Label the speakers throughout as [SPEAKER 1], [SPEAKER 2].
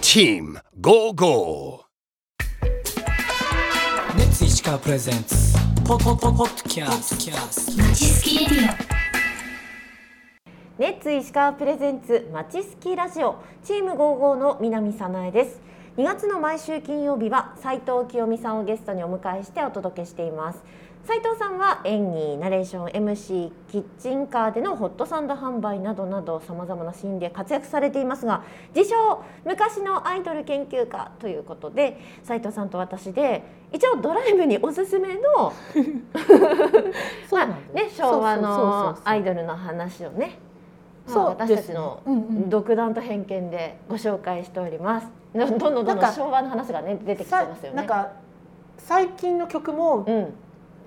[SPEAKER 1] Team Go Go
[SPEAKER 2] レッツ石川プレゼンツポポポポッドキャスト
[SPEAKER 3] レッツ石川プレゼンツまちすきラジオチーム55の南早苗です2月の毎週金曜日は斉藤清美さんをゲストにお迎えしてお届けしています斉藤さんは演技ナレーション MC キッチンカーでのホットサンド販売などなどさまざまなシーンで活躍されていますが自称昔のアイドル研究家ということで斉藤さんと私で一応ドライブにおすすめのまあね昭和のアイドルの話をねまあ
[SPEAKER 4] そう
[SPEAKER 3] 私
[SPEAKER 4] で
[SPEAKER 3] た
[SPEAKER 4] す
[SPEAKER 3] ち
[SPEAKER 4] ね
[SPEAKER 3] の
[SPEAKER 4] うんうん
[SPEAKER 3] 独断と偏見でご紹介しております。どんどんどんど
[SPEAKER 4] なんんか
[SPEAKER 3] 昭和の話がね出てきて
[SPEAKER 4] さ
[SPEAKER 3] ますよね。
[SPEAKER 4] なんか最近の曲も
[SPEAKER 3] うん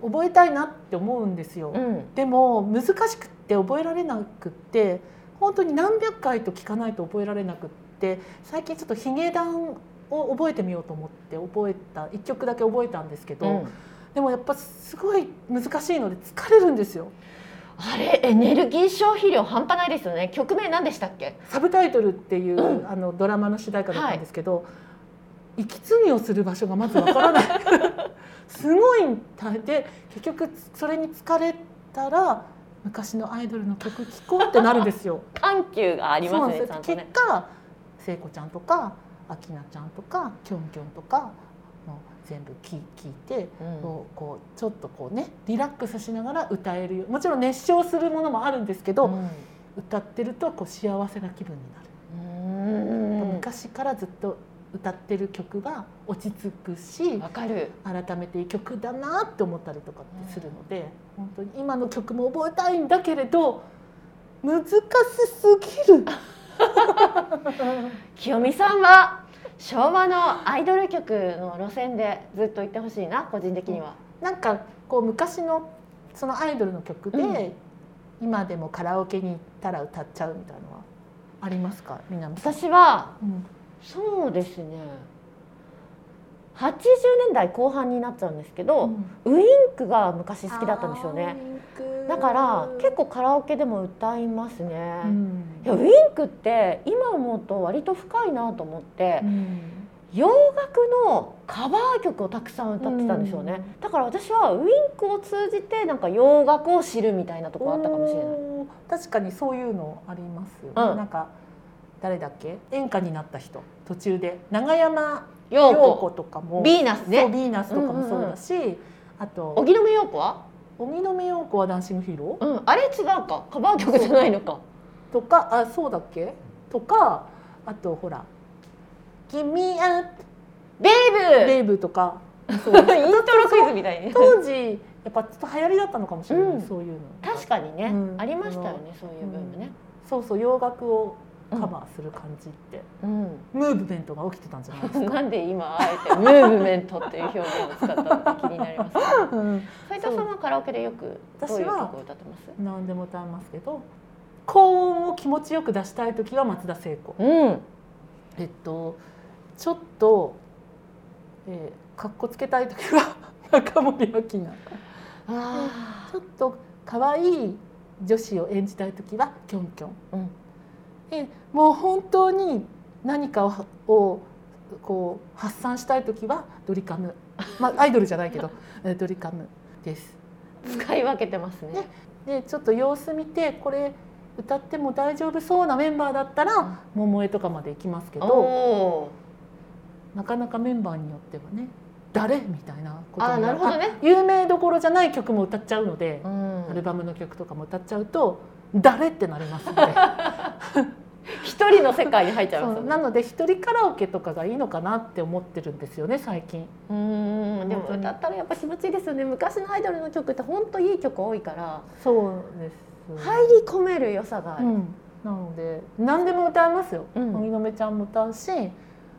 [SPEAKER 4] 覚えたいなって思うんですよ、
[SPEAKER 3] うん
[SPEAKER 4] でも難しくって覚えられなくって本当に何百回と聞かないと覚えられなくって最近ちょっとヒゲダンを覚えてみようと思って覚えた1曲だけ覚えたんですけど、
[SPEAKER 3] うん、
[SPEAKER 4] でもやっぱすごい難しいので疲れるんですよ
[SPEAKER 3] あれエネルギー消費量半端ないですよね。曲名何でしたっけ？
[SPEAKER 4] サブタイトルっていう、あのドラマの主題歌だったんですけど、息継ぎをする場所がまずわからない すごい大変で結局それに疲れたら昔のアイドルの曲聴こうってなるんですよ。
[SPEAKER 3] 緩急 があります
[SPEAKER 4] そう
[SPEAKER 3] ねち
[SPEAKER 4] なん
[SPEAKER 3] ゃん
[SPEAKER 4] です
[SPEAKER 3] と
[SPEAKER 4] よ
[SPEAKER 3] ね。
[SPEAKER 4] 結果聖子ちゃんとか明菜ちゃんとかきょんきょんとかもう全部聴聞いて
[SPEAKER 3] うん
[SPEAKER 4] こうこうちょっとこうねリラックスしながら歌えるよもちろん熱唱するものもあるんですけど、
[SPEAKER 3] うん
[SPEAKER 4] 歌ってるとこう幸せな気分になる。
[SPEAKER 3] うん
[SPEAKER 4] 昔からずっと歌ってる曲が落ち着くし
[SPEAKER 3] わかる。
[SPEAKER 4] 改めていい曲だなって思ったりとかってするので本当に今の曲も覚えたいんだけれど難しす ぎる
[SPEAKER 3] 清美さんは昭和のアイドル曲の路線でずっと行ってほしいな個人的には。
[SPEAKER 4] なんかこう昔のそのアイドルの曲で、
[SPEAKER 3] うん
[SPEAKER 4] 今でもカラオケに行ったら歌っちゃうみたいなのはありますか南さん、
[SPEAKER 3] 私は
[SPEAKER 4] うん
[SPEAKER 3] そうですね。80年代後半になっちゃうんですけど、ウインクが昔好きだったんですよね。だから結構カラオケでも歌いますね。
[SPEAKER 4] 構、うん
[SPEAKER 3] いやウィンクって今思うと割と深いなと思って、
[SPEAKER 4] うん
[SPEAKER 3] 洋楽のカバー曲をたくさん歌ってたんですよね、だから私はウィンクを通じてなんか洋楽を知るみたいなとこあったかもしれない
[SPEAKER 4] おー確かにそういうのありますよね、
[SPEAKER 3] うん
[SPEAKER 4] なんか誰だっけ演歌になった人途中で永山
[SPEAKER 3] 洋
[SPEAKER 4] 陽
[SPEAKER 3] 子
[SPEAKER 4] 子とかも
[SPEAKER 3] ヴィーナス
[SPEAKER 4] そう
[SPEAKER 3] ね
[SPEAKER 4] ビーナスとかもそうだし、あと
[SPEAKER 3] 荻野目洋子は、
[SPEAKER 4] 荻野目洋子は「ダンシングヒーロ
[SPEAKER 3] うん、あれ違うかカバー曲じゃないのか
[SPEAKER 4] ー」とかあそうだっけとかあとほら「君あ
[SPEAKER 3] ベイ
[SPEAKER 4] ベイブ」とか
[SPEAKER 3] ブイントロクイズみたいに
[SPEAKER 4] 当時やっぱちょっと流行りだったのかもしれない、
[SPEAKER 3] うん
[SPEAKER 4] そういうの
[SPEAKER 3] 確かにね、
[SPEAKER 4] うん
[SPEAKER 3] ありましたよねそういうブームね、
[SPEAKER 4] そうそう洋楽をカバーする感じって、
[SPEAKER 3] うん
[SPEAKER 4] ムーブメントが起きてたんじゃないですか
[SPEAKER 3] なんで今あ えてムーブメントっていう表現を使ったのか気になりますね斉藤さんはカラオケでよくどういう
[SPEAKER 4] 私は
[SPEAKER 3] 曲を歌ってます？
[SPEAKER 4] 何でも歌いますけど高音を気持ちよく出したい時は松田聖子
[SPEAKER 3] うん。
[SPEAKER 4] えっとちょっと、えー、かっこつけたい時は 中森明菜ち
[SPEAKER 3] あ
[SPEAKER 4] ょっと可愛い女子を演じたい時はキョンキョン、
[SPEAKER 3] うん
[SPEAKER 4] でもう本当に何かををこう発散したい時はドリカム、まあ、アイドルじゃない けどえードリカムです。
[SPEAKER 3] あ、使い分けてますね。
[SPEAKER 4] ねでちょっと様子見てこれ歌っても大丈夫そうなメンバーだったら桃江とかまで行きますけ
[SPEAKER 3] お
[SPEAKER 4] ど
[SPEAKER 3] お
[SPEAKER 4] なかなかメンバーによってはね誰みたいなこ
[SPEAKER 3] ー。あ
[SPEAKER 4] と
[SPEAKER 3] あ、
[SPEAKER 4] に
[SPEAKER 3] な
[SPEAKER 4] な
[SPEAKER 3] るほどね。
[SPEAKER 4] 有名どころじゃない曲も歌っちゃうので、
[SPEAKER 3] ん
[SPEAKER 4] アルバムの曲とかも歌っちゃうと誰ってなります ので
[SPEAKER 3] 一人の世界に入っちゃいます
[SPEAKER 4] そ
[SPEAKER 3] よ
[SPEAKER 4] う
[SPEAKER 3] ね。
[SPEAKER 4] なので一人カラオケとかがいいのかなって思ってるんですよね最近。
[SPEAKER 3] うーん。でも
[SPEAKER 4] 本当に
[SPEAKER 3] 歌ったらやっぱ気持ちいいですよね。昔のアイドルの曲って本当いい曲多いから
[SPEAKER 4] そうです、
[SPEAKER 3] 入り込める良さがあ
[SPEAKER 4] う
[SPEAKER 3] る。
[SPEAKER 4] ん、なので何でも歌いますよ。
[SPEAKER 3] う
[SPEAKER 4] 荻
[SPEAKER 3] ん
[SPEAKER 4] 野目ちゃんも歌うし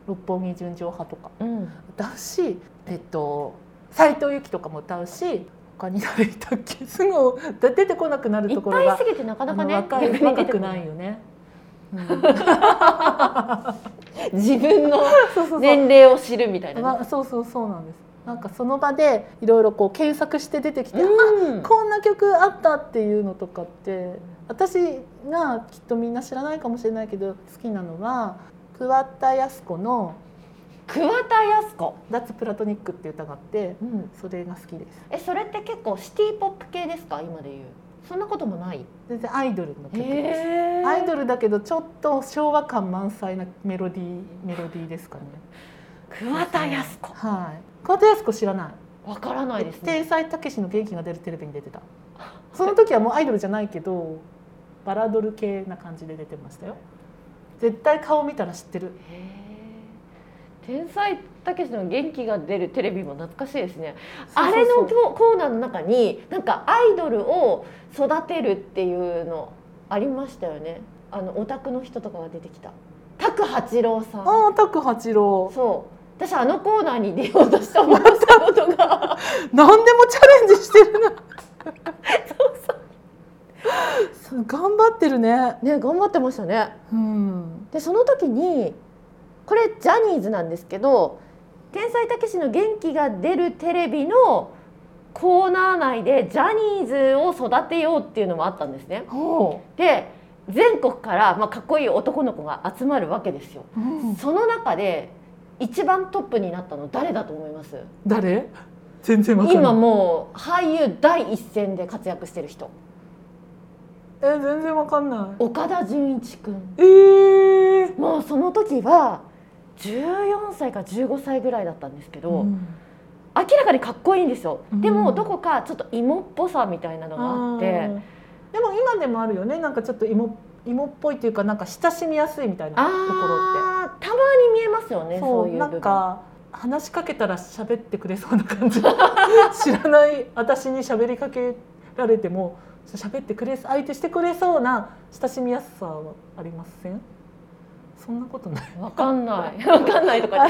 [SPEAKER 4] 六本木純情派とか。
[SPEAKER 3] うん。
[SPEAKER 4] 歌うし、えっと、斉藤由貴とかも歌うし他に誰いたっけすぐ出てこなくなる
[SPEAKER 3] いっ
[SPEAKER 4] ところが
[SPEAKER 3] ぱいすぎてなかなかね。
[SPEAKER 4] あの若い
[SPEAKER 3] 逆に出
[SPEAKER 4] 若
[SPEAKER 3] て
[SPEAKER 4] く
[SPEAKER 3] こ
[SPEAKER 4] ないよ。ね。 うん、
[SPEAKER 3] 自分の
[SPEAKER 4] そう そうそう、
[SPEAKER 3] 年齢を知るみたいなね。
[SPEAKER 4] まそうそうそうなんですなんかその場でいろいろこう検索して出てきて、あ
[SPEAKER 3] うん。
[SPEAKER 4] こんな曲あったっていうのとかって私がきっとみんな知らないかもしれないけど好きなのは桑田靖子の
[SPEAKER 3] 桑田靖子、
[SPEAKER 4] 「脱プラトニック」っていう歌があって
[SPEAKER 3] うん、
[SPEAKER 4] それが好きです
[SPEAKER 3] えそれって結構シティポップ系ですか今で言うそんなこともない
[SPEAKER 4] 全然アイドルの曲です
[SPEAKER 3] え
[SPEAKER 4] アイドルだけどちょっと昭和感満載なメロディーメロディーですかね
[SPEAKER 3] 桑田靖子
[SPEAKER 4] はい桑田靖子知らない
[SPEAKER 3] わからないですね
[SPEAKER 4] 天才たけしの元気が出るテレビに出てたその時はもうアイドルじゃないけどバラドル系な感じで出てましたよ絶対顔見たら知ってる
[SPEAKER 3] へえ天才たけしの元気が出るテレビも懐かしいですねあれ
[SPEAKER 4] そ
[SPEAKER 3] の
[SPEAKER 4] うそう
[SPEAKER 3] ココーナーの中になんかアイドルを育てるっていうのありましたよねあのオタクの人とかが出てきた拓八郎さん
[SPEAKER 4] そうああ拓八郎
[SPEAKER 3] そう私あのコーナーに出ようとして思ったことが
[SPEAKER 4] 何でもチャレンジしてるなそうそう頑張ってるね
[SPEAKER 3] ね頑張ってましたね
[SPEAKER 4] うん
[SPEAKER 3] でその時にこれジャニーズなんですけど「天才たけしの元気が出るテレビ」のコーナー内でジャニーズを育てようっていうのもあったんですね。
[SPEAKER 4] ほ
[SPEAKER 3] で全国から、まあ、かっこいい男の子が集まるわけですよ。
[SPEAKER 4] う、うん、
[SPEAKER 3] その中で一番トップになったの誰だと思います
[SPEAKER 4] 誰全然わかんない
[SPEAKER 3] 今もう俳優第一線で活躍してる人
[SPEAKER 4] え全然わかんない
[SPEAKER 3] 岡田准一君
[SPEAKER 4] えー、
[SPEAKER 3] もうその時は14歳か15歳ぐらいだったんですけど、
[SPEAKER 4] うん
[SPEAKER 3] 明らかにかっこいいんですよ、
[SPEAKER 4] うん
[SPEAKER 3] でもどこかちょっと芋っぽさみたいなのがあって、
[SPEAKER 4] うんでも今でもあるよねなんかちょっと芋芋っぽいというかなんか親しみやすいみたいなところっ
[SPEAKER 3] あーたまに見えますよ
[SPEAKER 4] て
[SPEAKER 3] ねそういう部
[SPEAKER 4] な
[SPEAKER 3] 分
[SPEAKER 4] んか話しかけたら喋ってくれそうな感 じ知らない私に喋りかけられても喋ってくれ相手してくれそうな親しみやすさはありませんそんなことない
[SPEAKER 3] わかんない わかんない とか言っ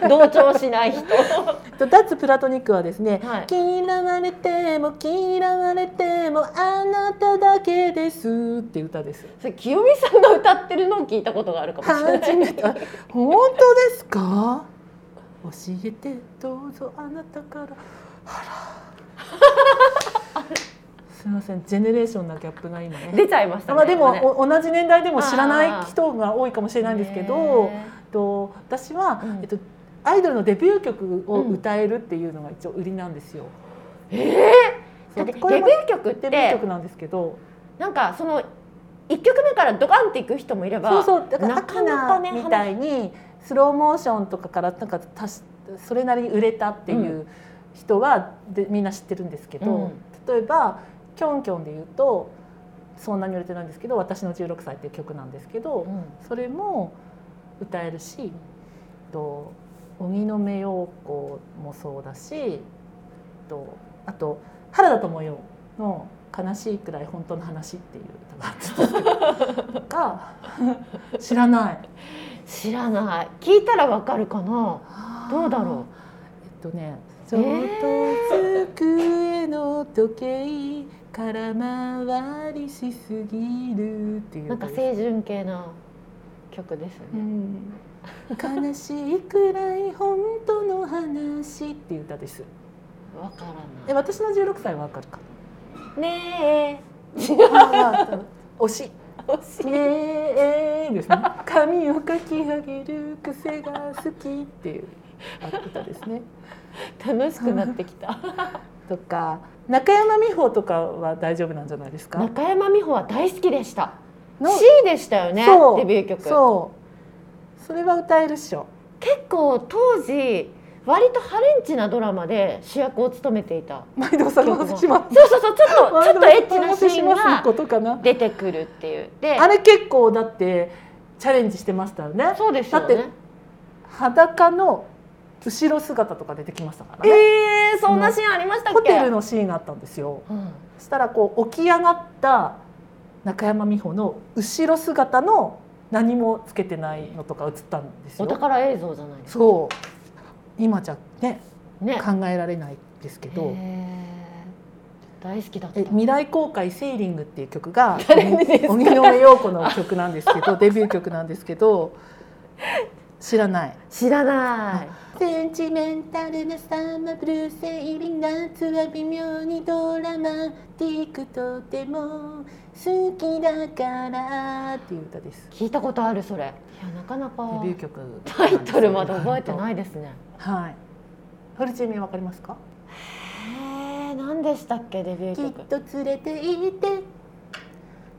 [SPEAKER 3] て同調しない人は
[SPEAKER 4] 脱プラトニックはですね
[SPEAKER 3] い
[SPEAKER 4] 嫌われても嫌われてもあなただけですって歌です
[SPEAKER 3] それ清美さんが歌ってるのを聞いたことがあるかもしれない
[SPEAKER 4] 初めてあ 本当ですか教えてどうぞあなたからあら すみませんジェネレーションなギャップが今ね
[SPEAKER 3] 出ちゃいましたね
[SPEAKER 4] まあでも、
[SPEAKER 3] こ
[SPEAKER 4] お
[SPEAKER 3] れ
[SPEAKER 4] 同じ年代でも知らない人が多いかもしれないんですけど、
[SPEAKER 3] ね
[SPEAKER 4] えっと私は、
[SPEAKER 3] うん
[SPEAKER 4] えっとアイドルのデビュー曲を歌えるっていうのが一応売りなんですよ。
[SPEAKER 3] だ
[SPEAKER 4] そう
[SPEAKER 3] ってデビ
[SPEAKER 4] これ
[SPEAKER 3] ュ
[SPEAKER 4] も
[SPEAKER 3] ー曲っ
[SPEAKER 4] デビュー
[SPEAKER 3] て
[SPEAKER 4] 曲なんですけど、
[SPEAKER 3] なんかその1曲目からドカンっていく人もいれば
[SPEAKER 4] そうそうだから
[SPEAKER 3] なかなかね
[SPEAKER 4] アキナみたいにスローモーションとかからなんか足しそれなりに売れたっていう人は、でみんな知ってるんですけど、
[SPEAKER 3] うん
[SPEAKER 4] 例えばキョンキョンで言うとそんなに売れてないんですけど「私の16歳」っていう曲なんですけど、
[SPEAKER 3] うん
[SPEAKER 4] それも歌えるしと荻野目洋子もそうだしとあと原田知世の「悲しいくらい本当の話」っていう歌があったんですけど が知らない
[SPEAKER 3] 知らない聞いたらわかるかなどうだろ
[SPEAKER 4] えっとね「ち
[SPEAKER 3] え
[SPEAKER 4] ょうど
[SPEAKER 3] ー
[SPEAKER 4] 机の時計空回りしすぎる」っていうう
[SPEAKER 3] なんか清純系な曲です
[SPEAKER 4] う
[SPEAKER 3] ね、
[SPEAKER 4] ん悲しいくらい本当の話っていう歌です。
[SPEAKER 3] わから
[SPEAKER 4] え
[SPEAKER 3] な
[SPEAKER 4] 私の16歳はわかるか。
[SPEAKER 3] いね
[SPEAKER 4] 推し。推し。ねえですね。髪をかき上げる癖が好きっていう歌ですね。
[SPEAKER 3] え楽しくなってきた
[SPEAKER 4] とか中山美穂とかは大丈夫なんじゃないですか。
[SPEAKER 3] 中山美穂は大好きでした
[SPEAKER 4] の
[SPEAKER 3] C でしたよね
[SPEAKER 4] そう
[SPEAKER 3] デビュー曲
[SPEAKER 4] そう。それは歌えるっしょ。
[SPEAKER 3] 結構当時割とハレンチなドラマで主役を務めていた
[SPEAKER 4] 毎度探
[SPEAKER 3] 曲が
[SPEAKER 4] しま
[SPEAKER 3] そうそうそうちょ っと
[SPEAKER 4] す。
[SPEAKER 3] ちょっとエッチなシーン
[SPEAKER 4] ます
[SPEAKER 3] が
[SPEAKER 4] ことかな。
[SPEAKER 3] 出てくるっていうで
[SPEAKER 4] あれ結構だってチャレンジしてましたよね
[SPEAKER 3] そうですよ
[SPEAKER 4] だっ
[SPEAKER 3] ね
[SPEAKER 4] 裸の後ろ姿とか出てきましたからね、
[SPEAKER 3] えー、そんなシーンありましたっ
[SPEAKER 4] ホ
[SPEAKER 3] け
[SPEAKER 4] テルのシーンがあったんですよ
[SPEAKER 3] うん
[SPEAKER 4] そしたらこう起き上がった中山美穂の後ろ姿の何もつけてないのとか映ったんです
[SPEAKER 3] お
[SPEAKER 4] よ
[SPEAKER 3] 宝映像じゃないですか
[SPEAKER 4] そう今じゃね
[SPEAKER 3] ね
[SPEAKER 4] 考えられないですけど
[SPEAKER 3] へー大好きだった
[SPEAKER 4] え未来公開セーリングっていう曲が
[SPEAKER 3] 誰にですか
[SPEAKER 4] 荻野目洋子の曲なんですけどデビュー曲なんですけど知らない
[SPEAKER 3] 知らない
[SPEAKER 4] センチメンタルなサマーブルーセイリン夏は微妙にドラマティックとても好きだからっていう歌です
[SPEAKER 3] 聞いたことあるそれいやなかなか
[SPEAKER 4] デビュー曲
[SPEAKER 3] タイトルまで覚えてないいですね
[SPEAKER 4] はいフルチームわかりますか
[SPEAKER 3] へえ何でしたっけデビュー
[SPEAKER 4] きっ
[SPEAKER 3] 曲
[SPEAKER 4] と連れて行って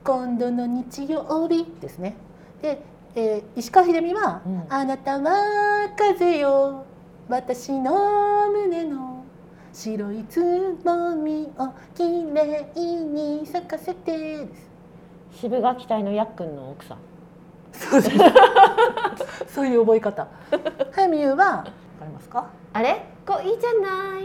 [SPEAKER 4] 今度の日曜日ですねで、えー石川秀美は、
[SPEAKER 3] うん
[SPEAKER 4] あなたは風よ私の胸の白いつぼみをきれいに咲かせて」です
[SPEAKER 3] 渋垣隊のやっくんの奥さん
[SPEAKER 4] そうですそういう覚え方早見優はわかりますか
[SPEAKER 3] あれ恋じゃない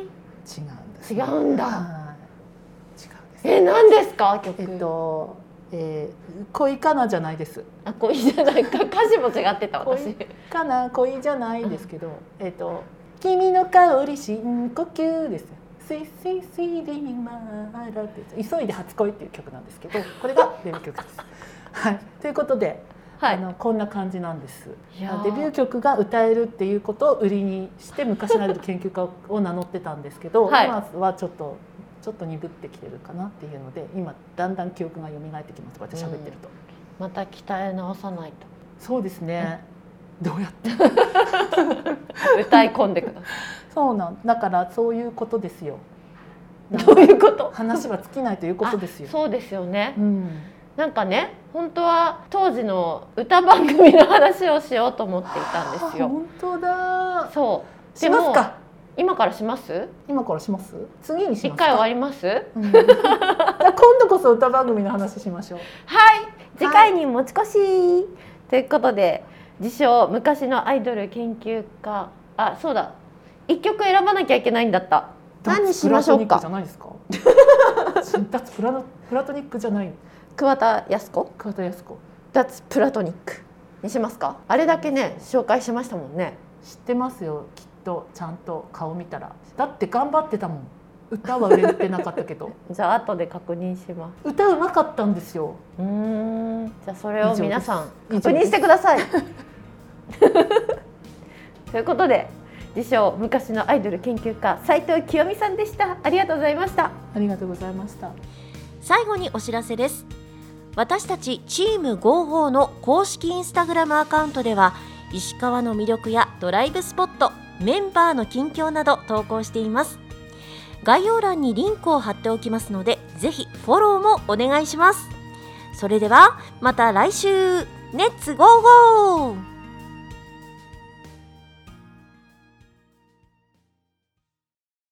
[SPEAKER 4] 違うんです
[SPEAKER 3] 違うんだ
[SPEAKER 4] はい違うんです
[SPEAKER 3] え何ですか曲、
[SPEAKER 4] えっと、えー恋かなじゃないです
[SPEAKER 3] あ恋じゃないか 歌詞も違ってた私
[SPEAKER 4] 恋かな恋じゃないんですけど、えっ、と君の香り深呼吸です。スイスイスイリミマーラってやつ急いで初恋っていう曲なんですけど、これ がデビュー曲です。はい。ということで、
[SPEAKER 3] は
[SPEAKER 4] あ
[SPEAKER 3] い
[SPEAKER 4] のこんな感じなんです。
[SPEAKER 3] いやー
[SPEAKER 4] デビュー曲が歌えるっていうことを売りにして昔なりの研究家を名乗ってたんですけど、
[SPEAKER 3] はい
[SPEAKER 4] 今はちょっとちょっと鈍ってきてるかなっていうので、今だんだん記憶が蘇ってきます。こうやって喋ってると。
[SPEAKER 3] また鍛え直さない
[SPEAKER 4] そうですね。どうやって
[SPEAKER 3] と歌い込んでくださ
[SPEAKER 4] そうなんだからそういうことですよ。
[SPEAKER 3] いどういうこと
[SPEAKER 4] 話は尽きないということですよ
[SPEAKER 3] あ。そうですよね
[SPEAKER 4] うん、
[SPEAKER 3] なんかね本当は当時の歌番組の話をしようと思っていたんです
[SPEAKER 4] あ
[SPEAKER 3] よ
[SPEAKER 4] 本当だ。
[SPEAKER 3] そう
[SPEAKER 4] します
[SPEAKER 3] でも
[SPEAKER 4] か。
[SPEAKER 3] 今からします
[SPEAKER 4] 今からします。次にし
[SPEAKER 3] 一
[SPEAKER 4] ます
[SPEAKER 3] 回終わ
[SPEAKER 4] か。
[SPEAKER 3] ります
[SPEAKER 4] うんじゃあ今度こそ歌番組の話しましょう。
[SPEAKER 3] はい次回に持ち越し、ということで自称昔のアイドル研究家あそうだ一曲選ばなきゃいけないんだった何にしましょうか
[SPEAKER 4] プラトニックじゃないですか。脱プラノプラトニックじゃない。
[SPEAKER 3] 桑田靖子
[SPEAKER 4] 桑田靖子。
[SPEAKER 3] 脱プラトニックにしますかあれだけね紹介しましたもんね
[SPEAKER 4] 知ってますよ。きっとちゃんと顔見たら。だって頑張ってたもん。歌は売れてなかったけ ど、
[SPEAKER 3] じゃあ後で確認します
[SPEAKER 4] 歌うまかったんですよ。
[SPEAKER 3] うーんじゃあそれを皆さん
[SPEAKER 4] 以上です
[SPEAKER 3] 確認 してくださいということで自称昔のアイドル研究家斉藤清美さんでしたありがとうございました
[SPEAKER 4] ありがとうございました。
[SPEAKER 3] 最後にお知らせです私たちチーム55の公式インスタグラムアカウントでは石川の魅力やドライブスポットメンバーの近況など投稿しています概要欄にリンクを貼っておきますのでぜひフォローもお願いしますそれではまた来週レッツゴーゴー